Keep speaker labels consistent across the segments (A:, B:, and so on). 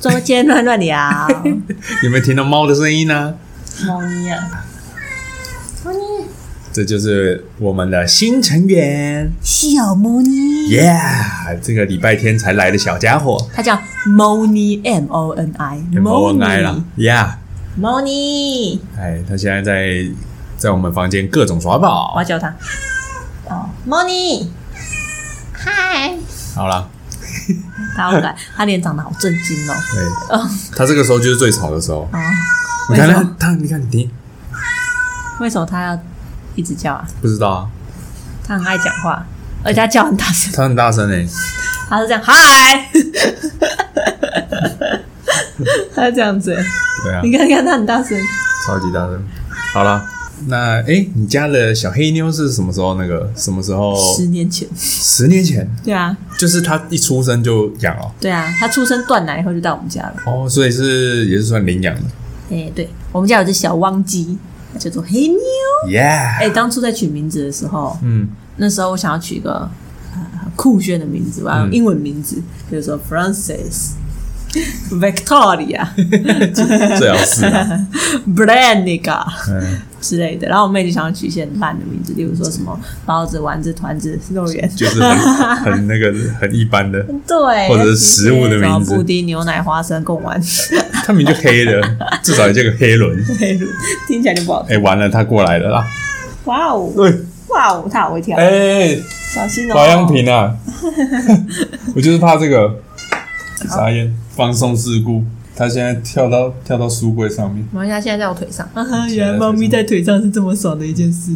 A: 周间乱乱聊，
B: 有没有听到猫的声音呢？
C: 猫咪啊，
B: 这就是我们的新成员
A: 小猫咪，
B: ，Yeah！这个礼拜天才来的小家伙
A: 它叫 Moni M O N I
B: ，M O N I 了，Yeah！
C: 猫咪，
B: 哎，他现在在在我们房间各种耍
C: 我
B: 宝
C: 要。叫它。哦，猫咪，
A: 嗨，
B: 好了，
A: 它好可爱，它脸长得好震惊哦。
B: 对，
A: 哦
B: 哎他这个时候就是最吵的时候。
A: 啊，
B: 你
A: 为
B: 看
A: 什
B: 他
A: 么，
B: 他你看你听，
A: 为什么它要一直叫啊？
B: 不知道啊，
A: 它很爱讲话，而且它叫很大声，
B: 他很大声哎、
A: 它是这样嗨， 它这样子，
B: 对啊，
A: 你看看它很大声。
B: 超级大声。好了，那哎、你家的小黑妞是什么时候那个？什么时候？
A: 十年前，
B: 十年前，
A: 对啊，
B: 就是他一出生就养了。
A: 对啊，它出生断奶以后就到我们家了。
B: 哦，所以是也是算领养的
A: 哎、对我们家有只小汪鸡，它叫做黑妞。
B: ，Yeah，、
A: 哎、当初在取名字的时候，
B: 嗯，
A: 那时候我想要取一个、呃、酷炫的名字，我要用
B: 嗯
A: 英文名字，比如说 Francis、Victoria、
B: 最好是啊，
A: Blanica
B: 嗯，
A: 之类的。然后我妹就想要取一些很烂的名字，例如说什么包子、丸子、团子、肉圆。
B: 就是很很那个很一般的，
A: 对，
B: 或者是食物的名字
A: 什么布丁、牛奶、花生、贡丸、
B: 他名就黑的，至少也叫个黑轮。
A: 黑乳，听起来就不好
B: 哎、
A: 听。
B: 完了，他过来了啦！
A: 哇哦，
B: 对，
A: 哇哦，他好会跳，
B: 哎、
A: 小心哦。
B: 保养品啊， 我就是怕这个。傻眼，放松事故，他现在跳到跳到书柜上面。
A: 猫咪它现在在我腿上。
B: 原来猫咪在
A: 腿上是这么爽的一件事，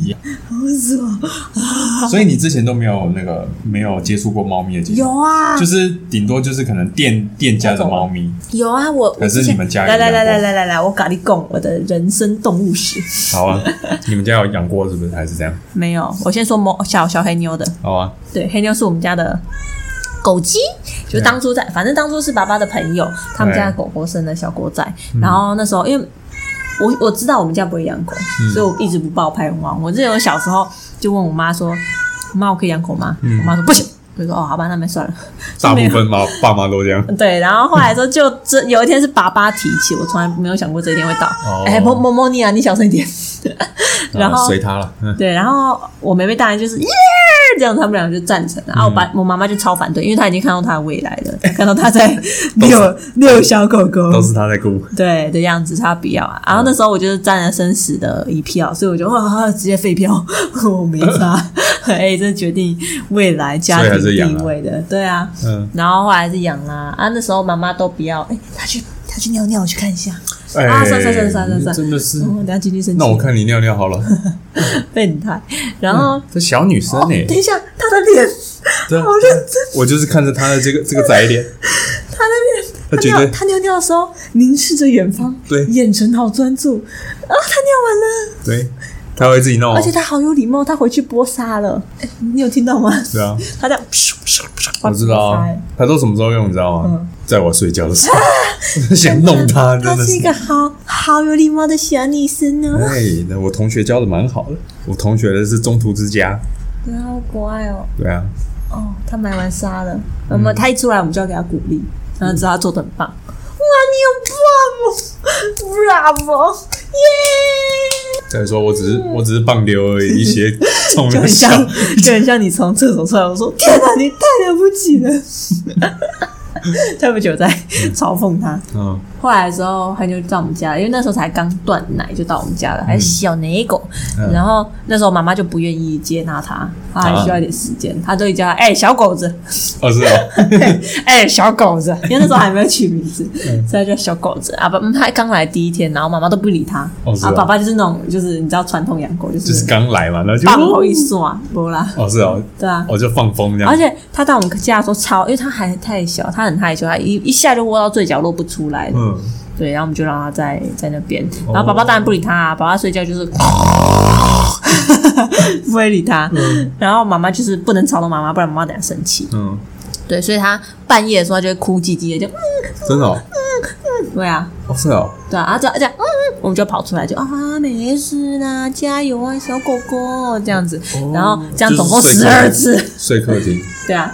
A: 好爽！
B: 所以你之前都没有那个没有接触过猫咪的经验，
A: 有啊，
B: 就是顶多就是可能店店家的猫咪。
A: 有啊，我
B: 可是
A: 我之前
B: 你们家有
A: 来来
B: 养
A: 来
B: 过
A: 来来来来，我咖喱贡我的人生动物史
B: 好啊， 你们家有养过是不是？还是这样？
A: 没有，我先说猫小小黑妞的，
B: 好啊，
A: 对，黑妞是我们家的狗鸡，就当初在，反正当初是爸爸的朋友，他们家的狗狗生的小狗仔，
B: 嗯
A: 然后那时候因为。我我知道我们家不会养狗，
B: 嗯
A: 所以我一直不报拍网。我记得我小时候就问我妈说：“妈，我可以养狗吗？”
B: 嗯
A: 我妈说：“不行。”我就说：“哦，好吧，那没算了。”
B: 大部分妈爸妈都这样。
A: 对，然后后来说就这有一天是爸爸提起，我从来没有想过这一天会到
B: 哦。
A: 哎、莫莫莫妮啊，你小声一点。 然
B: 啊
A: 后
B: 随他了，嗯，
A: 对，然后我妹妹当然就是耶，这样他们两个就赞成了。然后啊我爸
B: 嗯
A: 我妈妈就超反对，因为她已经看到她的未来了，看到她 在遛遛小狗狗，
B: 都是他在顾。
A: 对的样子，他不要啊。然后那时候我就是占了生死的一票，所以我就哇，直接废票， 我没差。 哎、这决定未来家
B: 所以
A: 庭
B: 还是养
A: 地
B: 啊
A: 位的，对啊。
B: 嗯，
A: 然后后来是养啦、啊，那时候妈妈都不要，哎、他去他去尿尿，我去看一下。
B: 哎、
A: 啊算算算算算算
B: 真的是
A: 然。后等下经济生气，
B: 嗯那我看你尿尿好了。
A: 变态。然后、
B: 这小女生哎、
A: 哦等一下，他的脸，
B: 对啊
A: 好认真，
B: 我就是看着她的这个这个窄 脸，
A: 他的脸，
B: 他
A: 他
B: 觉
A: 尿
B: 得
A: 他尿尿的时候凝视着远方，
B: 对
A: 眼神好专注。啊，他尿完了，
B: 对，她会自己弄哦
A: 而，且他好有礼貌，他回去播撒了。哎你有听到吗？
B: 对啊，
A: 他这样，噗噗噗
B: 我知道
A: 把它
B: 啊
A: 撒哎，
B: 她都什么时候用你知道吗？在我睡觉的时候， 我想弄她，真
A: 他
B: 的
A: 是一
B: 是。
A: 个好好有礼貌的小女生哦呢，
B: 哎，那我同学教的蛮好的，我同学的是中途之家，
A: 对啊，好可爱哦。
B: 对啊，
A: 哦，他买完沙了，那么他一出来，我们就要给他鼓励，然后知道他做的很棒。
B: 嗯
A: 哇，你很棒哦，bravo，耶！
B: 再说我只是我只是棒流而已，一些冲
A: 就
B: 着
A: 很
B: 笑
A: 像，就很像你从厕所出来，我说天哪，你太了不起了。 他们就在嘲讽他。
B: 嗯，
A: 后来的时候，他就到我们家了，因为那时候才刚断奶，就到我们家了，还是小奶狗。
B: 嗯
A: 然后那时候妈妈就不愿意接纳它，它还需要一点时间，她都会叫它哎、小狗子，
B: 哦是哦，
A: 哎、小狗子， 因为那时候还没有取名字，所以它叫小狗子。啊，爸，嗯他刚来第一天，然后妈妈都不理他，
B: 哦是
A: 啊，
B: 啊
A: 爸爸就是那种，就是你知道传统养狗就
B: 就是
A: 是
B: 刚来嘛，然后就
A: 棒头一刷，不啦，
B: 哦是哦，
A: 对啊。
B: 我就放风这样
A: 而，且他到我们家的时候超，因为他还太小，他很害羞，他一一下就窝到最角落不出来了。
B: 嗯，
A: 对，然后我们就让他在在那边，
B: 哦
A: 然后爸爸当然不理他、啊，爸爸睡觉就是 不会理他，然后妈妈就是不能吵到妈妈，不然妈妈等下生气。
B: 嗯，
A: 对，所以他半夜的时候他就会哭唧唧的，就嗯
B: 真的哦，
A: 对啊，
B: 哦是哦，
A: 对啊，啊这样这样，嗯，我们就跑出来就啊没事啦，加油啊小狗狗这样子，然后这样总共
B: 哦就是
A: 十
B: 睡
A: 二
B: 客
A: 次，
B: 睡客厅，
A: 对啊，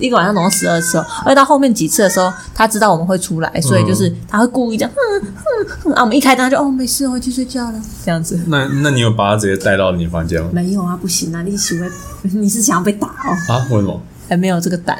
A: 一个晚上总共十二次哦。而且到后面几次的时候，他知道我们会出来，所以就是他会故意这样，哼哼哼啊，我们一开灯他就哦没事，我回去睡觉了，这样子。
B: 那那你有把他直接带到你房间吗？
A: 没有啊，不行啊，你喜欢 你是想要被打哦，
B: 啊，为什么？
A: 还没有这个胆。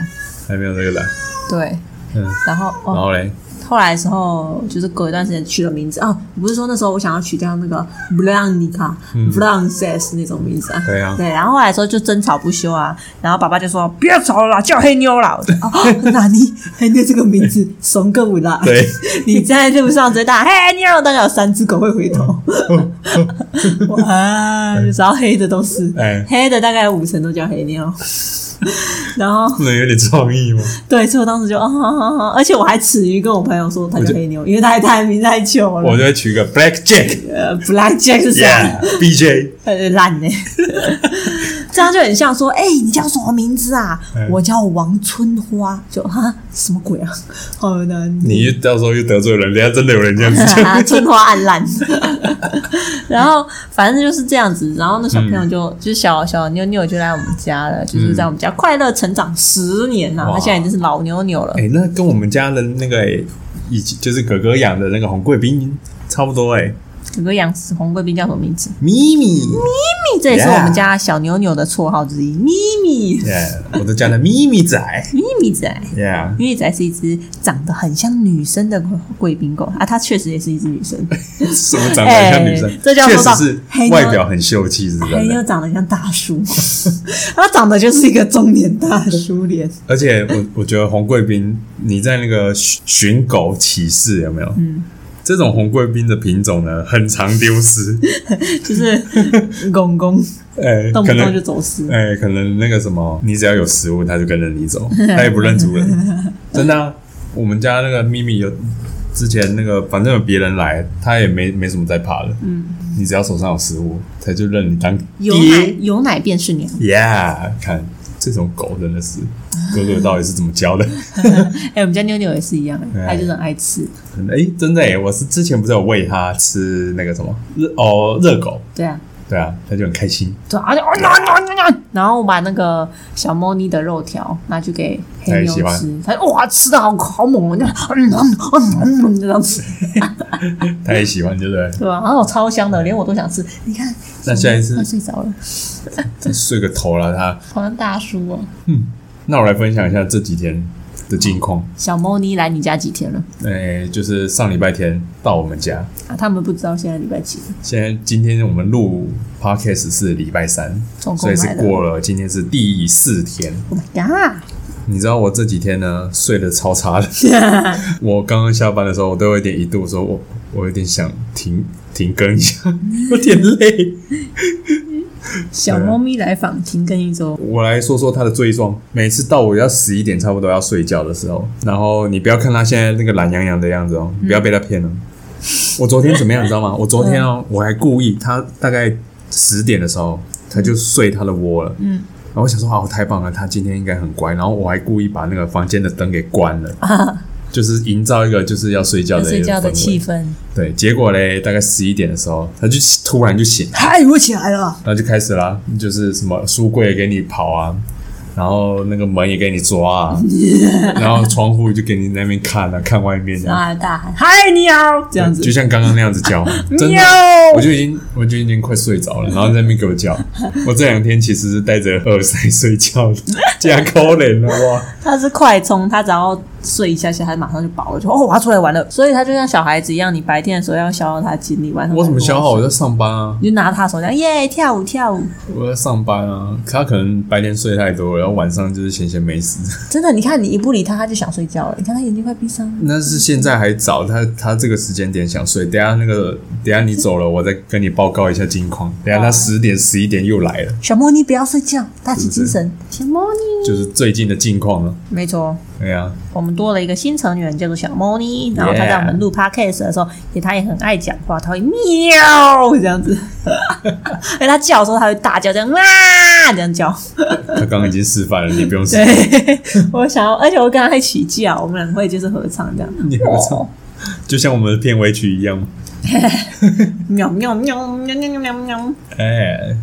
B: 还没有这个来。
A: 对，
B: 嗯，
A: 然后
B: 然
A: 哦，
B: 后嘞，
A: 后来的时候就是隔一段时间取了名字啊，我不是说那时候我想要取掉那个 Blanca、Blances 那种名字啊，
B: 嗯对啊
A: 对，然后后来的时候就争吵不休啊，然后爸爸就说不要吵了啦，叫黑妞啦，我就哦，哪里黑妞这个名字怂个舞啦，
B: 对，
A: 你在路上直接打黑妞，大概有三只狗会回头， 哇，只要黑的都是，
B: 嗯哎，
A: 黑的大概有五成都叫黑妞， 然后。
B: 不能有点创意吗？
A: 对，所以我当时就啊哈哈哈，而且我还耻于跟我朋友说他叫黑妞，因为他太名太糗
B: 我
A: 了。
B: 就会取一个 Black Jack，Yeah，BJ。
A: 呃，Black Jack 是什么？
B: BJ
A: 呃，烂呢、这样就很像说，哎、你叫什么名字啊？
B: 嗯
A: 我叫王春花，就哈什么鬼啊？好难
B: 你一到时候又得罪人，人家真的有人这样子 讲。
A: 春花暗烂。 然后反正就是这样子，然后那小朋友
B: 嗯
A: 就、就是小小妞妞就来我们家了，就是在我们家快乐成长十年呐、啊，
B: 哇
A: 他现在已经是老妞妞了。
B: 哎、那跟我们家的那个、欸、以及就是哥哥养的那个红贵宾差不多哎、
A: 整个养殖红贵宾叫什么名字？
B: 咪咪，
A: 咪这也是我们家小牛牛的绰号之一。咪咪，
B: yeah, 我都叫他咪咪仔
A: 咪咪仔，
B: ，Yeah，
A: 咪咪仔是一只长得很像女生的贵宾狗啊，它确实也是一只女生，
B: 什么长得很像女生，
A: 哎这就要
B: 确
A: 说到
B: 实是
A: 黑妞
B: 外表很秀气，是
A: 还
B: 真
A: 有
B: 的。
A: 长得像大叔， 它长得就是一个中年大叔脸。
B: 而且我 我觉得红贵宾，你在那个寻寻狗启事有没有？嗯，这种红贵宾的品种呢，很常 丢失，
A: 就是公公
B: 哎、
A: 动不
B: 可
A: 动
B: 能
A: 就走失，
B: 哎、可能那个什么，你只要有食物，它就跟着 你走，它也不认主人。真的啊、我们家那个咪咪有之前那个，反正有别人来，它也没没什么在怕的。嗯，你只要手上有食物，它就认你当
A: 有奶有奶便是娘。
B: 爹。Yeah，看这种狗真的是，哥哥到底是怎么教的？
A: 哎、我们家妞妞也是一样、它
B: 哎
A: 就是很爱吃。
B: 哎、真的哎、我是之前不是有喂它吃那个什么热哦热狗，
A: 对啊，
B: 对啊，它就很开心。
A: 对啊，它就啊呀呀呀呀然后我把那个小猫咪的肉条拿去给黑妞
B: 它也喜欢
A: 吃，它哇吃的好好猛哦，就嗯嗯嗯嗯这样 吃。
B: 它也喜欢，对不对？
A: 对啊，然后超香的，连我都想吃。你看，
B: 那下一次
A: 快睡着了，
B: 再睡个头了，它。
A: 好像大叔哦。
B: 那我来分享一下这几天的近况。
A: 小猫咪来你家几天了？
B: 诶、就是上礼拜天到我们家，
A: 啊，他们不知道现在礼拜几了。
B: 现在今天我们录 podcast 是礼拜三，
A: 总共
B: 所以是
A: 来了
B: 过了今天是第四天。
A: Oh my god！
B: 你知道我这几天呢睡得超差的，我刚刚下班的时候，我都有点一度说我我有点想停停更一下， 有点累。
A: 小猫咪来访停更一周，
B: 我来说说他的罪状。每次到我要十一点差不多要睡觉的时候，然后你不要看他现在那个懒洋洋的样子
A: 嗯
B: 哦，你不要被他骗了。我昨天怎么样，你知道吗？我昨天哦，我还故意，他大概十点的时候，他就睡他的窝了。嗯。然后我想说，啊，我太棒了，他今天应该很乖。然后我还故意把那个房间的灯给关了，就是营造一个就是要睡觉的一
A: 啊睡
B: 个
A: 觉的
B: 氛围
A: 气啊氛。
B: 对，结果嘞，大概十一点的时候，他就突然就醒了。
A: 嗨，我起来了。
B: 然后就开始啦，就是什么书柜也给你跑啊，然后那个门也给你抓啊，然后窗户就给你那边看啊，看外面
A: 然后
B: 啊，
A: 还大喊嗨喵，这样子
B: 就。像刚刚那样子 叫，真的
A: 喵，
B: 我就已经我就已经快睡着了，然后在那边给我 叫。我这两天其实是戴着耳塞睡觉的，加高脸了哇！
A: 它是快充，它只要睡一下下，它马上就饱了，就哦我要出来玩了。所以它就像小孩子一样，你白天的时候要消耗它的精力，晚上
B: 我怎么
A: 再多
B: 消耗？？我在上班啊，
A: 你就拿它的手这样耶跳舞跳舞。
B: 我在上班啊。他可能白天睡太多，然后晚上就是闲闲没事。
A: 真的，你看你一不理它，它就想睡觉了。你看它眼睛快闭上了。
B: 那是现在还早，他他这个时间点想睡，等一下那个等一下你走了，我再跟你报告一下近况。等一下他十点十一点又来了，
A: 小莫，你不要睡觉，打起精
B: 嗯
A: 神。小莫尼，
B: 就是最近的近况了。
A: 没错，
B: 对啊呀、
A: 我们多了一个新成员，叫做小莫尼。然后他
B: Yeah
A: 在我们录 podcast 的时候，也他也很爱讲话，他会喵这样子。 而且他叫的时候，他会大叫，这样啊这样叫。
B: 他刚刚已经示范了，你 不用示范。
A: 对，我想要，而且我跟他一起叫，我们两个会就是合唱这样。 哦
B: 你合唱，就像我们的片尾曲一样。
A: 喵喵喵喵喵喵喵喵。
B: 哎，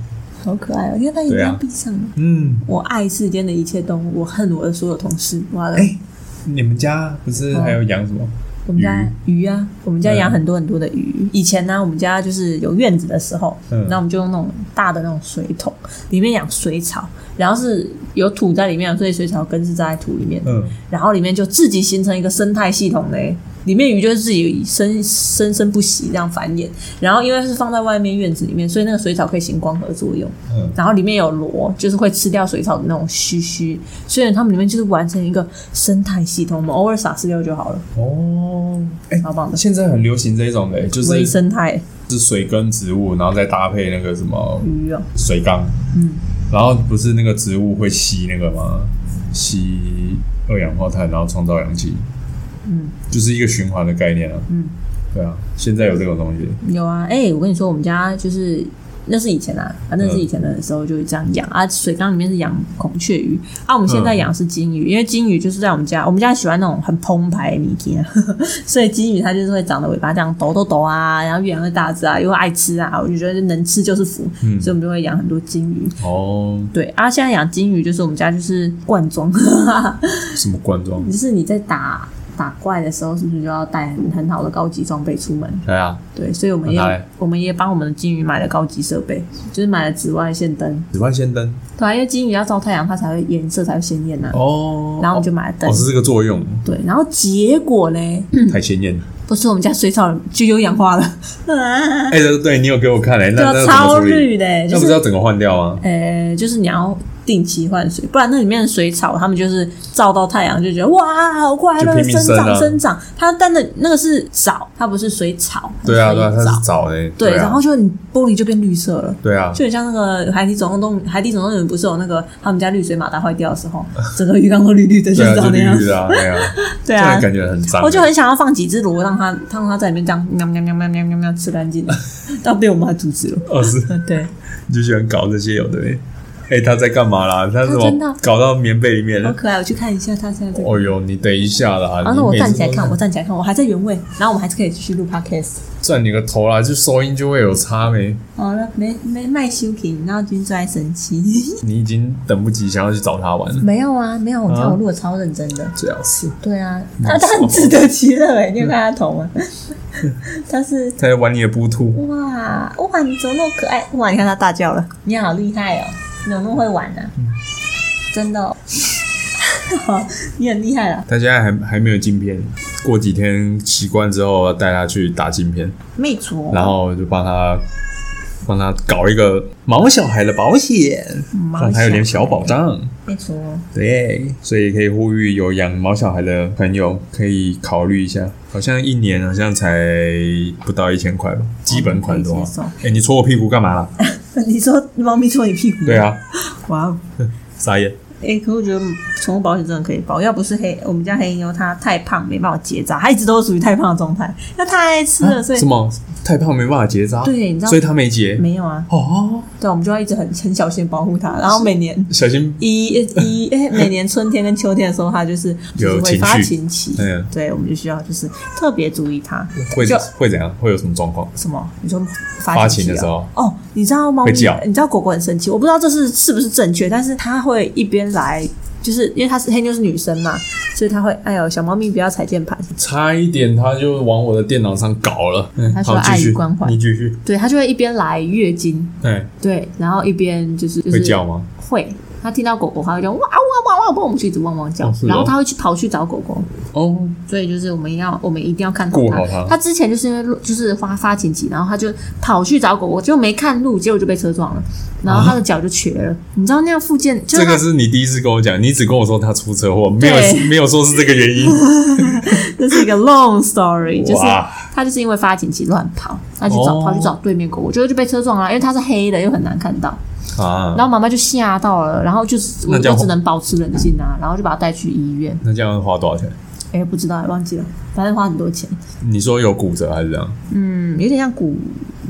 A: 好可爱哦！你看它眼睛
B: 对啊
A: 要闭上了。
B: 嗯，
A: 我爱世间的一切动物，我恨我的所有同事。哇了，
B: 哎，你们家不是还有养什么？
A: 我们家鱼啊，我们家养很多很多的鱼。以前呢，我们家就是有院子的时候，
B: 嗯
A: 那我们就用那种大的那种水桶，里面养水草，然后是有土在里面，所以水草根是扎在土里面，
B: 嗯，
A: 然后里面就自己形成一个生态系统嘞。里面鱼就是自己生生生不息这样繁衍，然后因为是放在外面院子里面，所以那个水草可以行光合作用。
B: 嗯
A: 然后里面有螺，就是会吃掉水草的那种须须，所以它们里面就是完成一个生态系统。我们偶尔撒饲料就好了，
B: 哦，哎，
A: 超棒的，
B: 现在很流行这种的，就
A: 微
B: 是
A: 生态
B: 是水跟植物，然后再搭配那个什么
A: 鱼哦，
B: 水缸，
A: 嗯，
B: 然后不是那个植物会吸那个吗？吸二氧化碳，然后创造氧气，
A: 嗯，
B: 就是一个循环的概念啊，
A: 嗯，
B: 对啊，现在有这种东西，
A: 有啊。哎、我跟你说，我们家就是那是以前啊，反正是以前的时候就这样养、啊。水缸里面是养孔雀鱼啊，我们现在养的是金鱼，因为金鱼就是在我们家，我们家喜欢那种很澎湃的米奇啊， 所以金鱼它就是会长得尾巴这样抖抖抖啊，然后越养越大只啊，又爱吃啊，我就觉得能吃就是福，
B: 嗯
A: 所以我们就会养很多金鱼。
B: 哦，
A: 对啊，现在养金鱼就是我们家就是罐装，
B: 什么罐装？
A: 就是你在打打怪的时候，是不是就要带很很好的高级装备出门？
B: 对啊，
A: 对，所以我们
B: 很好
A: 也
B: 欸
A: 我们也帮我们的金鱼买了高级设备，就是买了紫外线灯，
B: 紫外线灯
A: 对啊，因为金鱼要照太阳，它才会颜色才会鲜艳呐、啊
B: 哦，
A: 然后我们就买了灯
B: 哦，，是这个作用，
A: 对，然后结果嘞，
B: 太鲜艳。
A: 不是我们家水草就有氧化了，
B: 哎，对对，你有给我看哎 嘞，那
A: 对啊
B: 那要怎
A: 超
B: 么处理？
A: 绿的，
B: 那
A: 就
B: 不是
A: 是
B: 要整个换掉吗？
A: 呃，就是你要定期换水，不然那里面的水草，它们就是照到太阳就觉得哇，好快
B: 就
A: 乐，
B: 拼命
A: 生
B: 生啊
A: 长生长。它但那那个是藻，它不是水草，
B: 对啊，对啊，
A: 它是
B: 它
A: 水
B: 是
A: 藻。
B: 藻嘞，
A: 对，
B: 啊
A: 然后就你玻璃就变绿色了。
B: 对啊，
A: 就很像那个海底总动动，海底总动员不是有那个他们家绿水马达坏掉的时候，整个鱼缸都绿绿的，就
B: 对
A: 是
B: 啊，就
A: 长那
B: 绿
A: 样
B: 绿。的啊，对啊，
A: 对
B: 这
A: 啊
B: 样，感觉很脏。
A: 我就很想要放几只螺，让它让它在里面这样喵喵喵喵喵喵喵吃干净，但被我妈阻止了。
B: 哦，是
A: 对，
B: 你就喜欢搞这些有的没。哎，他在干嘛啦？他怎
A: 哦真的
B: 么搞到棉被里面
A: 好
B: 了？
A: 可爱，我去看一下它现在在
B: 哦哟，你等一下啦！
A: 然
B: 你
A: 后我
B: 每次
A: 站起来
B: 都
A: 看，我站起来看，我还在原位，然后我们还是可以继续录 podcast。
B: 转你个头啦，就收音就会有差没？
A: 好了，没没卖修品，然后君最爱生气。
B: 你已经等不及想要去找他玩了，
A: 没有啊，没有，你看
B: 啊
A: 我录的超认真的。
B: 最好是
A: 对啊，
B: 没
A: 他
B: 错
A: 他很自得其乐哎，你有看他头吗？他是
B: 他在玩你的布兔，
A: 哇哇，你怎么那么可爱？哇，你看他大叫了，你好厉害哦，你怎么那么会玩呢、啊？真的、哦， 你很厉害啊啦。
B: 他现在还还没有镜片，过几天习惯之后带他去打镜片，
A: 魅族哦
B: 然后就帮他帮他搞一个毛小孩的保险，
A: 毛
B: 让他有点
A: 小
B: 小保障。
A: 魅族哦
B: 对，所以可以呼吁有养毛小孩的朋友可以考虑一下，好像一年好像才不到一千块吧，基本款的
A: 哦
B: 话
A: 可以接受。嗯
B: 哎、你戳我屁股干嘛啦？
A: 你说猫咪戳你屁股？
B: 对，啊，
A: 哇哦。
B: 傻眼。
A: 哎、可我觉得宠物保险真的可以保，要不是黑我们家黑妞它太胖，没办法结扎，它一直都是属于太胖的状态，那太爱吃了，
B: 啊
A: 所以
B: 什么太胖没办法结扎？
A: 对你知道
B: 所以他没结。
A: 没有啊，
B: 哦，
A: 对啊，我们就要一直很很小心保护它，然后每年
B: 小心
A: 一一哎、每年春天跟秋天的时候，它就是 就是
B: 有
A: 会
B: 情
A: 发
B: 绪
A: 情期，
B: 嗯
A: 对，我们就需要就是特别注意它，
B: 会
A: 就
B: 会怎样？会有什么状况？
A: 什么？你说
B: 发
A: 发情
B: 情
A: 期
B: 的时
A: 啊
B: 候
A: 哦，你知道猫咪
B: 会叫，
A: 你知道狗狗很生气，我不知道这是是不是正确，但是它会一边来，就是因为它是黑妞是女生嘛，所以它会，哎呦，小猫咪不要踩键盘，
B: 差一点他就往我的电脑上搞了。嗯
A: 他说
B: 好，继
A: 爱与
B: 续
A: 关怀
B: 你继续。
A: 对，它就会一边来月经，
B: 哎，
A: 对，然后一边就是、就是、
B: 会叫吗？
A: 会。它听到狗狗，它会叫哇哇哇哇，帮我们去一直汪汪叫，
B: 哦是哦
A: 然后它会去跑去找狗狗，
B: 哦，
A: 所以就是我们一定要，我们一定要看
B: 顾
A: 好
B: 好
A: 它。
B: 它
A: 它之前就是因为路就是发发情期，然后它就跑去找狗狗，结果没看路，结果就被车撞了，然后它的脚就瘸了。你知道那样附件就是
B: 这
A: 它
B: 个是你第一次跟我讲，你只跟我说他出车祸，没
A: 对
B: 有没有说是这个原因。
A: 这是一个 long story，就是
B: 哇
A: 他就是因为发情期乱跑，他去找、
B: 哦
A: 跑去找对面狗，我觉得就被车撞了，因为它是黑的又很难看到，
B: 啊
A: 然，后妈妈就吓到了，然后就是我
B: 那叫
A: 我只能保持冷静啊，然后就把它带去医院，
B: 那这样花多少钱？
A: 哎、不知道忘记了，反正花很多钱，
B: 你说有骨折还是这样？
A: 嗯，有点像骨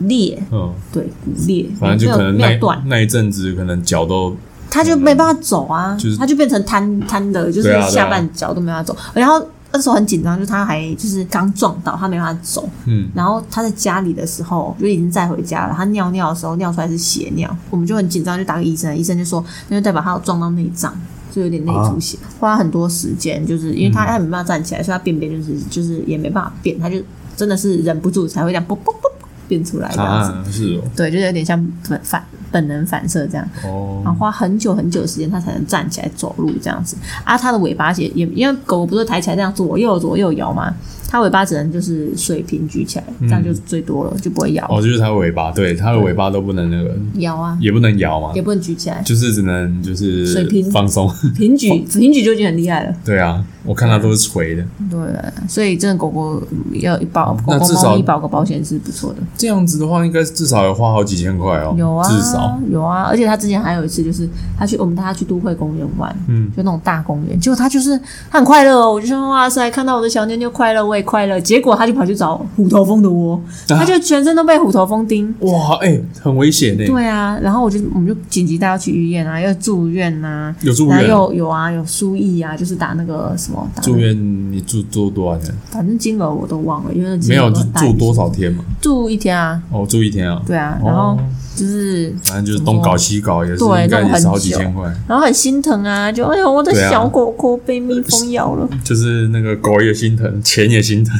A: 裂，
B: 嗯，
A: 对，骨裂，
B: 反正就可能
A: 没有没有
B: 那
A: 断，
B: 那一阵子可能脚都
A: 他就没办法走啊，
B: 就是
A: 他就变成瘫瘫的，就是
B: 对啊对啊
A: 下半脚都没办法走，然后。那时候很紧张，就是他还就是刚撞到，他没办法走。
B: 嗯，
A: 然后他在家里的时候就已经载回家了，他尿尿的时候尿出来是血尿，我们就很紧张，就打给医生，医生就说那就代表他有撞到内脏。就有点内出血，
B: 啊
A: 花很多时间，就是因为他他没办法站起来，所以他便便就是就是也没办法便，他就真的是忍不住才会这样啵啵啵啵变出来这样子。
B: 啊，是
A: 对，就是有点像本反本能反射这样。
B: 哦，
A: 然后
B: 哦，
A: 花很久很久的时间，它才能站起来走路这样子。啊，它的尾巴也也因为狗不是抬起来这样左右左右摇嘛，它尾巴只能就是水平举起来，这样就最多了，就不会摇、
B: 嗯哦，就是它的尾巴，对，它的尾巴都不能那个，
A: 摇啊，
B: 也不能摇嘛
A: 也，不能举起来，
B: 就是只能就是哦
A: 水平
B: 放松。
A: 平举平举就已经很厉害了。
B: 对啊，我看它都是垂
A: 嗯
B: 的，
A: 对，所以真的狗狗要保狗
B: 那
A: 狗
B: 至
A: 猫
B: 少
A: 咪保个保险是不错的。
B: 这样子的话，应该至少要花好几千块哦，
A: 有啊，
B: 至少
A: 有啊，而且他之前还有一次，就是他去我们带他去都会公园玩，
B: 嗯
A: 就那种大公园，结果他就是他很快乐哦，我就说哇塞，看到我的小妞妞快乐，我也快乐，结果他就跑去找虎头蜂的窝，
B: 啊
A: 他就全身都被虎头蜂叮。
B: 哇，哎，很危险呢，
A: 对啊，然后我就我们就紧急带他去医院啊，又住院呐、
B: 有住
A: 然后
B: 院啊，
A: 有有啊，有输液啊，就是打那个什么打那个
B: 住，院你住住多少天？
A: 反正金额我都忘了，因为
B: 没有
A: 金额
B: 就
A: 很大
B: 住多少天嘛？
A: 住一天啊，
B: 哦，住一天啊，
A: 对啊，
B: 哦
A: 然后就是
B: 反正就是东搞西搞，也是
A: 对
B: 应该
A: 弄
B: 也
A: 很
B: 是好几
A: 久
B: 千块。
A: 然后很心疼啊，就哎呦，我的
B: 对啊
A: 小狗狗被蜜蜂咬了，
B: 就是那个狗也心疼，钱也心疼。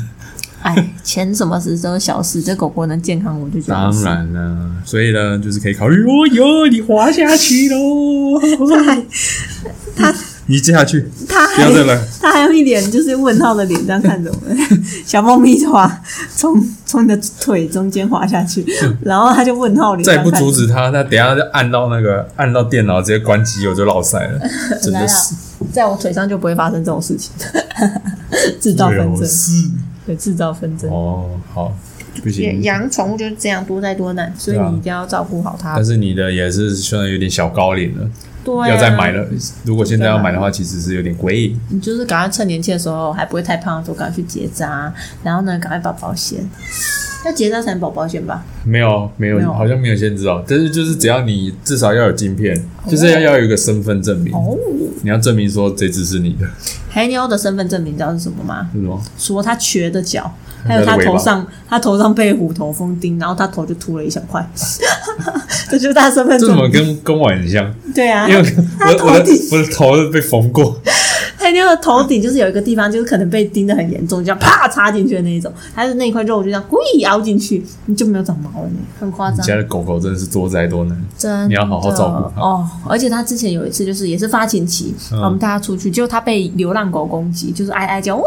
A: 哎，钱什么事都是小事，这狗狗能健康，我就觉得
B: 当然啦、所以呢，就是可以考虑。哦哟，你滑下 去喽！你接下去，
A: 它
B: 不 要再
A: 还
B: 来。
A: 它还有一脸就是问号的脸这样看着我们， 小猫咪滑从从你的腿中间滑下去，然后它就问号脸这
B: 再
A: 样
B: 不
A: 看着我
B: 阻
A: 们，
B: 止他，他等一下就按到那个按到电脑，直接关机，我就落塞 了。真
A: 来
B: 的
A: 啊
B: 是，
A: 在我腿上就不会发生这种事情， 制造纷
B: 有
A: 争，
B: 事
A: 对，制造纷争。
B: 哎哦，好，不行。
A: 养宠物就是这样，多灾多难，所以
B: 对啊
A: 你一定要照顾好它
B: 但。是你的也是现在有点小高龄了，
A: 对啊，
B: 要再买了。如果现在要买的话，其实是有点贵。
A: 你就是赶快趁年轻的时候还不会太胖的时候，赶快去结扎，然后呢，赶快保保险。要结扎才能保保险吧？
B: 没有，没有，
A: 没有
B: 好像没有限制哦。但是就是只要你至少要有镜片，就是要要有一个身份证明，
A: 哦，
B: 你要证明说这只是你的，
A: 黑妞的身份证明你知道是什么吗？
B: 是吗？
A: 除了她瘸的脚，
B: 还
A: 还
B: 有
A: 有她
B: 她嗯的尾巴
A: 头上，她头上被虎头蜂叮，然后她头就秃了一小块， 这就是她身份
B: 这怎
A: 证
B: 么
A: 明。
B: 跟跟我 很像？
A: 对啊，
B: 因为我
A: 头
B: 我的
A: 顶
B: 我的头是被缝过，
A: 黑妞的头顶就是有一个地方，就是可能被叮的很严重，就这样啪插进去的那一种，还是那一块肉就这样故意凹进去，你就没有长毛了呢，很夸
B: 你
A: 张。
B: 家的狗狗真的是多灾多难。
A: 真的
B: 你要好好照顾它
A: 哦。而且他之前有一次就是也是发情期，
B: 嗯
A: 我们带他出去，结果他被流浪狗攻击，就是哀哀叫哇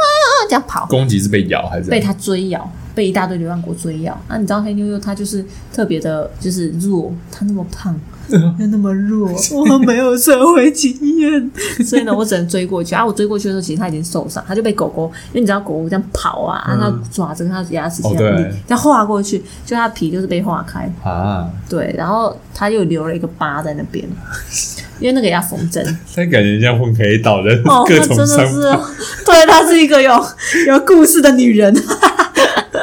A: 这样跑，
B: 攻击是被咬还是
A: 被？他追咬，被一大堆流浪狗追咬。啊，你知道黑妞妞她就是特别的，就是弱，她那么 胖。又那么弱，我没有社会经验，所以呢，我只能追过去。啊，我追过去的时候，其实它已经受伤，它就被狗狗，因为你知道狗狗这样跑啊，啊
B: 嗯
A: 它爪子跟它牙齿这
B: 哦
A: 样
B: 对
A: 力，这样划过去，就它皮就是被划开。
B: 啊，
A: 对，然后他又留了一个疤在那 边，因为那个也要缝针。
B: 但感觉像混黑道的
A: 哦，她
B: 各
A: 真
B: 种
A: 的
B: 伤
A: 是，对，她是一个有有故事的女人。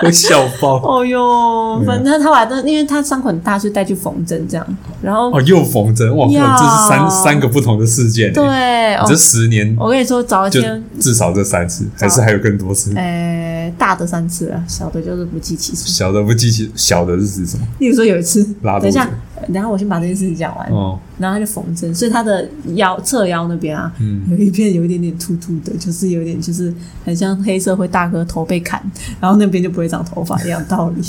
B: 会笑爆。
A: 哦哟，
B: 对啊
A: 反正她把那，因为她伤口很大，所以带去缝针这样。然后、
B: 哦，又缝针，哇，
A: 呀
B: 这是三三个不同的事件。，欸
A: 对，哦
B: 这，十年
A: 我跟你说，早一
B: 就
A: 天，
B: 至少这三次，还是还有更多次。
A: 呃，大的三次了，小的就是不计其数。
B: 小的不记起，小的是指什么？
A: 例如说有一次，
B: 拉肚
A: 等一
B: 子
A: 下，然后我先把这件事情讲完。
B: 哦，
A: 然后他就缝针，所以他的腰侧腰那边啊，
B: 嗯
A: 有一片有一点点突突的，就是有点就是很像黑社会大哥头被砍，然后那边就不会长头发一样道 理。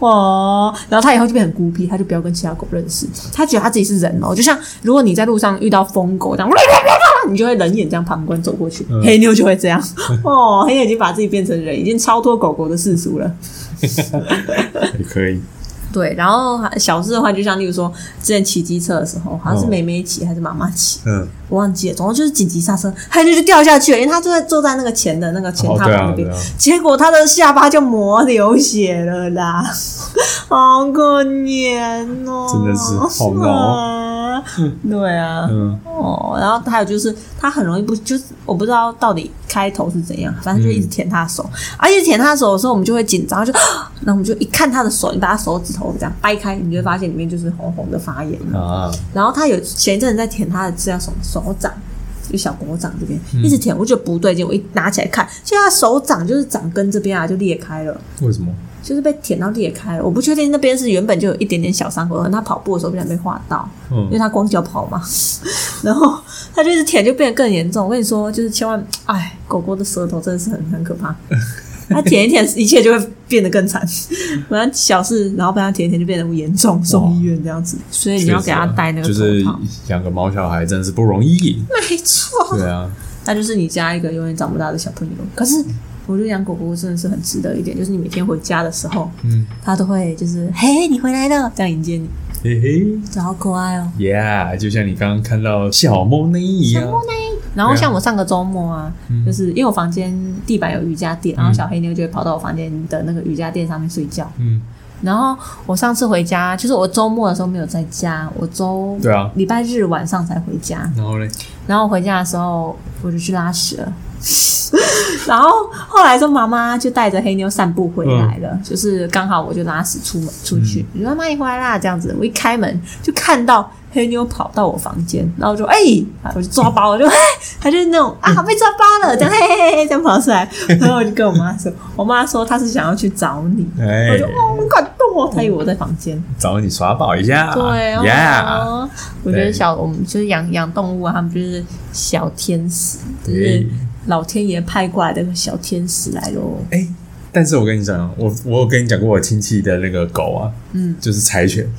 A: 哇！然后他以后就变很孤僻，他就不要跟其他狗认识，他觉得他自己是人哦，就像如果你在路上遇到疯狗这样， 你就会冷眼这样旁观走过去，
B: 嗯
A: 黑妞就会这样。 哦，黑妞已经把自己变成人，已经超脱狗狗的世俗了。
B: 也可以。
A: 对，然后小事的话，就像例如说之前骑机车的时候，好像是
B: 哦
A: 妹妹骑还是妈妈骑，
B: 嗯，
A: 我忘记了，总之就是紧急刹车，他就就掉下去了，因为他就在坐在那个前的那个前
B: 哦
A: 踏
B: 对
A: 板
B: 啊
A: 那边，
B: 对啊
A: 结果他的下巴就磨流血了啦， 好可怜哦，
B: 真的是好哦恼
A: 啊 对啊，
B: 嗯，
A: 哦，然后还有就是他很容易不就是我不知道到底开头是怎样，反正就一直舔他的手，
B: 嗯
A: 而且舔他的手的时候，我们就会紧张，就然后我们就一看他的手，你把他手指头这样掰开，你就会发现里面就是红红的发炎了。
B: 啊，
A: 然后他有前一阵子在舔他的这叫什么手掌，就小狗掌这边，一直舔，我觉得不对劲，我一拿起来看，就它手掌就是掌根这边啊就裂开了，
B: 为什么？
A: 就是被舔到裂开了。我不确定那边是原本就有一点点小伤口，可能它跑步的时候不小心被划到，
B: 嗯
A: 因为它光脚跑嘛， 然后它就是舔就变得更严重。我跟你说，就是千万，哎，狗狗的舌头真的是很很可 怕。它舔一舔，一切就会变得更惨。本来小事，然后被它舔一舔就变得严重，送医院这样子。所以你要给它戴那个
B: 啊就
A: 头
B: 是嗯
A: 套，
B: 养个毛小孩真的是不容易。
A: 没错。
B: 对啊，
A: 那就是你家一个永远长不大的小朋友。可是我觉得养狗狗真的是很值得一点，就是你每天回家的时候，
B: 嗯，
A: 它都会就是嘿，你回来了， 这样迎接你，
B: 嘿嘿
A: 真的好可爱哦。
B: ，Yeah，就像你刚刚看到小猫那一样，嗯
A: 然后像我上个周末啊，就是因为我房间地板有瑜伽垫，然后小黑妞就会跑到我房间的那个瑜伽垫上面睡觉。
B: 嗯，
A: 然后我上次回家，就是我周末的时候没有在家，我周
B: 对啊
A: 礼拜日晚上才回家。
B: 然后嘞，
A: 然后我回家的时候，我就去拉屎了。 然后后来说，妈妈就带着黑妞散步回来了，就是刚好我就拉屎出门出去，我说妈妈你回来啦，这样子，我一开门就看到黑妞跑到我房间，然后我就哎、我就抓包，我就哎，她就是那种啊被抓包了，这样嘿嘿嘿嘿这样跑出来，然后我就跟我妈说，我妈说她是想要去找你，
B: 哎
A: 我就，哦好感动哦，她以为我在房间，
B: 找你耍宝一下，
A: 对哦
B: y e a h
A: 我觉得
B: 对
A: 小我们就是养养动物啊，他们就是小天使，就是
B: 对
A: 老天爷派过来的小天使来喽。
B: 哎，但是我跟你讲，我我有跟你讲过我亲戚的那个狗啊，
A: 嗯，
B: 就是 柴犬。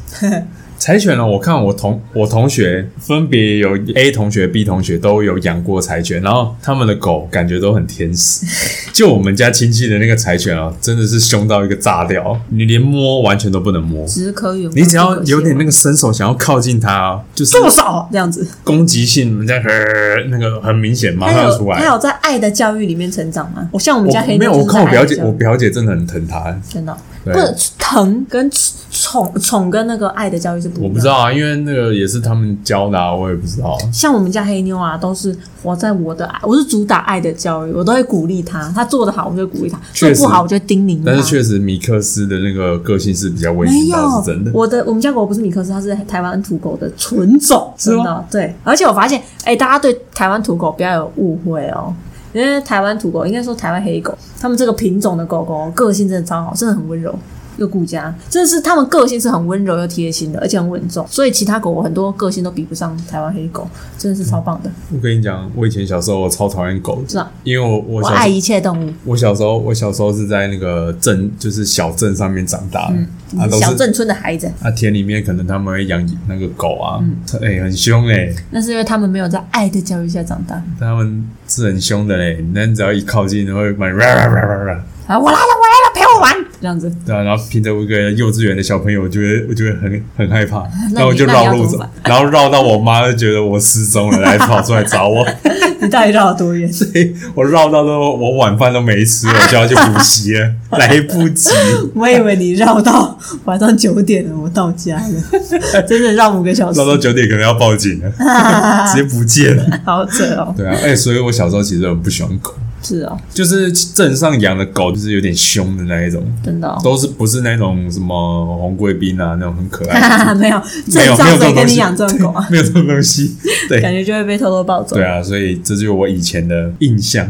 B: 柴犬呢？我看我同我同学分别有 A 同学、B 同学都有养过柴犬，然后他们的狗感觉都很 天使。就我们家亲戚的那个柴犬啊，真的是凶到一个炸掉，你连摸完全都不能摸，
A: 只可远观，
B: 你只要
A: 不可亵
B: 有点那
A: 玩
B: 个伸手想要靠近它啊，就是
A: 住手这样子，
B: 攻击性，人家呃那个很明显，马
A: 他
B: 上
A: 有
B: 就出来
A: 他。有在爱的教育里面成长吗？我像我们家黑妞
B: 我没有，我
A: 就是在
B: 看我
A: 爱的
B: 表姐，
A: 教育
B: 我表姐真的很疼它。
A: 真的不
B: 对
A: 是疼跟宠宠跟那个爱的教育是不一
B: 我
A: 样。
B: 不知道啊，因为那个也是他们教的、啊，我也不知道。
A: 像我们家黑妞啊，都是我在我的爱，我是主打爱的教育，我都会鼓励她，她做的好，我就鼓励她；做
B: 确实
A: 不好，我就叮咛她。
B: 但是确实，米克斯的那个个性是比较温
A: 没
B: 驯，
A: 有
B: 倒是真的。
A: 我的我们家狗不是米克斯，它是台湾土狗的纯种，
B: 是
A: 真
B: 吗
A: 的对。而且我发现，哎、大家对台湾土狗不要有误会哦，因为台湾土狗应该说台湾黑狗，他们这个品种的狗狗个性真的超好，真的很温柔。又顾家，真的是他们个性是很温柔又贴心的，而且很稳重，所以其他狗狗很多个性都比不上台湾黑狗，真的是超棒的，
B: 我跟你讲，我以前小时候我超讨厌狗，
A: 是吧？
B: 因为我我
A: 我
B: 小
A: 爱一切动物，
B: 我小时候我小时候是在那个镇，就是小镇上面长大的，啊都
A: 嗯小
B: 是
A: 镇村的孩子，
B: 啊田里面可能他们会养那个狗啊，
A: 嗯
B: 哎、很凶哎、
A: 那是因为他们没有在爱的教育下长 大。
B: 他们是很凶的嘞、那你只要一靠近会把你
A: 啊，我来了，我来了，陪我玩，这样子。
B: 对啊，然后凭着我一个幼稚园的小朋友，我觉得我觉得很很害怕，
A: 那
B: 然后我
A: 你
B: 就
A: 那
B: 绕
A: 你要
B: 路
A: 怎么
B: 走，然后绕到我妈就觉得我失踪了，来跑出来找 我，
A: 你到底绕了多远？
B: 嘿我绕到都我晚饭都没吃，我就要去补习了，来不及。
A: 我以为你绕到晚上九点了，我到家了，真的绕五个小时
B: 绕，到九点可能要报警了，直接不 见了。
A: 好扯哦！
B: 对啊，哎、所以我小时候其实很不喜欢狗，
A: 是哦，
B: 就是镇上养的狗，就是有点凶的那一种，
A: 真的哦。
B: 都是不是那种什么红贵宾啊那种很可爱的，
A: 没有，
B: 没有
A: 正
B: 没
A: 常谁
B: 有这种
A: 跟
B: 东
A: 你
B: 西，
A: 养这种狗啊？
B: 对没有这种东西，对，
A: 感觉就会被偷偷抱走。
B: 对啊，所以这就是我以前的印象。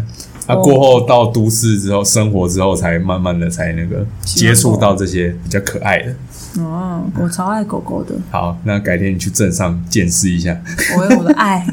B: 啊，
A: 哦
B: 过后到都市之后，生活之后，才慢慢的才那个
A: 喜欢
B: 接触
A: 狗
B: 到这些比较可爱的。
A: 哦，我超爱狗狗的，
B: 好，那改天你去镇上见识 一下。
A: 我用我的爱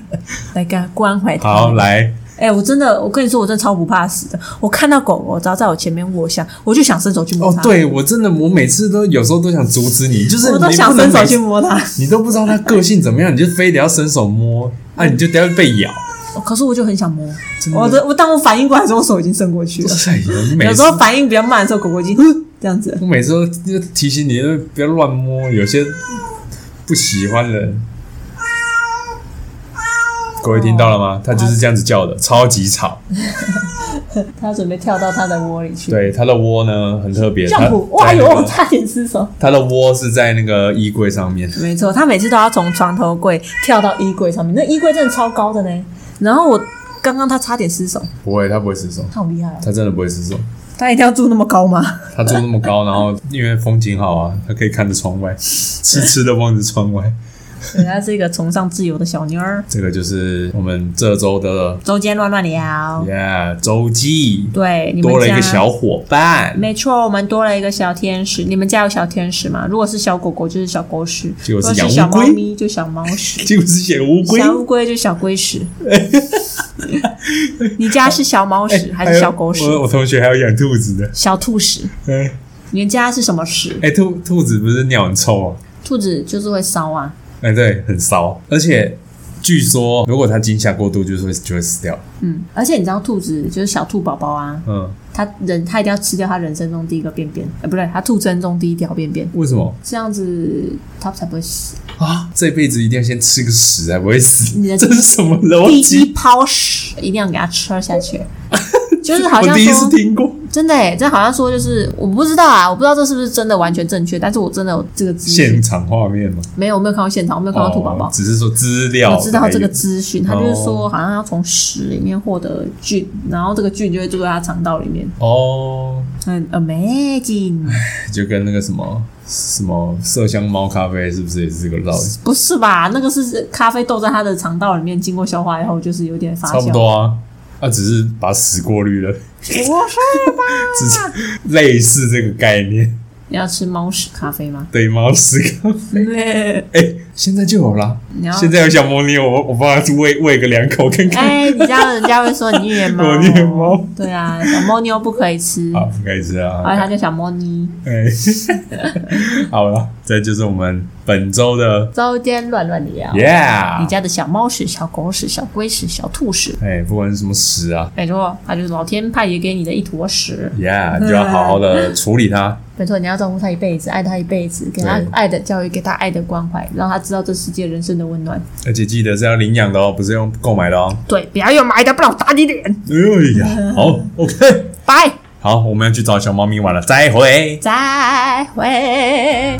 A: 来给它关怀它。
B: 好，来，
A: 哎、我真的，我跟你说，我真的超不怕死的。我看到狗狗只要在我前面卧下，我就想伸手去摸
B: 哦
A: 它。，，
B: 对我真的，我每次都有时候都想阻 止你，就是
A: 我
B: 你
A: 都想
B: 不能
A: 伸手
B: 每
A: 去摸 它。
B: 你都不知道它个性怎么样，你就非得要伸手摸，啊，你就等下被 咬。
A: 哦可是我就很想摸，
B: 真的
A: 我的我当我反应过来的时候，我手已经伸过去了。
B: 哎呀，你每
A: 有时
B: 次
A: 候反应比较慢的时候，狗狗已经
B: 嗯
A: 哼这样子了。
B: 我每次都就提醒你，就不要乱摸，有些不喜欢的。各位听到了吗？它就是这样子叫的，超级吵。
A: 它准备跳到它的窝里去。
B: 对，它的窝呢很特别，它
A: 相扑，哇哟，
B: 它
A: 差点失手。
B: 它的窝是在那个衣柜上面。
A: 没错，它每次都要从床头柜跳到衣柜上面，那衣柜真的超高的呢。然后我刚刚它差点失手，
B: 不会，它不会失手，
A: 它好厉害哦！
B: 它真的不会失手。
A: 它一定要住那么高吗？
B: 它住那么高，然后因为风景好啊，它可以看着窗外，痴痴的望着窗外。
A: 对，她是一个崇尚自由的小妞儿。
B: 这个就是我们这周的
A: 周间乱乱聊，
B: Yeah 周记，
A: 对，你们
B: 多了一
A: 家
B: 个小伙伴，
A: 没错，我们多了一个小天使。你们家有小天使吗？如果是小狗狗，就是小狗屎；
B: 结
A: 如
B: 果
A: 果
B: 是
A: 是
B: 养乌龟
A: 小猫咪，就小猫屎；
B: 结果是写乌龟，
A: 小乌龟就小龟 屎。你家是小猫屎还
B: 还
A: 是
B: 有
A: 小狗屎？
B: 哎我我同学还有养兔子的，
A: 小兔屎？
B: 哎
A: 你们家是什么屎？
B: 哎，兔兔子不是尿很臭啊？
A: 兔子就是会烧啊。
B: 哎，对，很骚，而且据说如果它惊吓过度，就是会就会死掉。
A: 嗯，而且你知道兔子就是小兔宝宝啊，
B: 嗯，
A: 它人它一定要吃掉它人生中第一个便便，呃，不对，它兔生中第一条便便，
B: 为什么
A: 这样子它才不会死。
B: 啊？这辈子一定要先吃个屎才不会死
A: 你的？
B: 这是什么
A: 第
B: 逻
A: 一
B: 辑？
A: 泡屎一定要给它吃下 去，就是好
B: 我
A: 像
B: 第一次
A: 说
B: 听过，
A: 真的哎、这好像说就是我不知道啊，我不知道这是不是真的完全正确，但是我真的有这个资
B: 现
A: 讯，
B: 场画面嘛，
A: 没有我没有看到现场，我没有看到兔宝宝
B: 哦，只是说资料，
A: 我知道这个资讯，他就是
B: 哦
A: 说好像要从屎里面获得菌，然后这个菌就会住在它肠道里面，
B: 哦，
A: 很 amazing。
B: 就跟那个什么什么麝香猫咖啡是不是也是这个道理？
A: 不是吧？ 那个是咖啡豆在它的肠道里面经过消化以后，就是有点发酵。
B: 差不多
A: 哦
B: 啊，那、只是把屎过滤了，
A: 不是吧？
B: 只是类似这个概念。
A: 你要吃猫屎咖啡 吗？
B: 对猫屎咖啡，哎、现在就有啦
A: 你要。
B: 现在有小猫咪，我我帮它喂喂个两口看看。
A: 哎、你这样人家会说你虐猫。
B: 我虐猫。
A: 对啊，小猫妞不可以吃，
B: 啊，不可以吃啊！
A: 而且它叫小猫妮。
B: 哎， 好了，这就是我们本周的
A: 周间乱乱聊。你
B: Yeah。
A: 家的小猫屎、小狗屎、小龟屎、小兔屎，
B: 哎，不管是什么屎啊
A: 没错，它就是老天派也给你的一坨屎。
B: ，Yeah，你就要好好的处理它。
A: 没错，你要照顾它一辈子，爱它一辈子，给它
B: 对
A: 爱的教育，给它爱的关怀，让它知道这世界人生的温暖。
B: 而且记得是要领养的哦，不是用购买的哦。
A: 对，不要用买的，不然我打你脸。
B: 哎呀，好，OK，
A: 拜。
B: 好，我们要去找小猫咪玩了，再会。
A: 再会。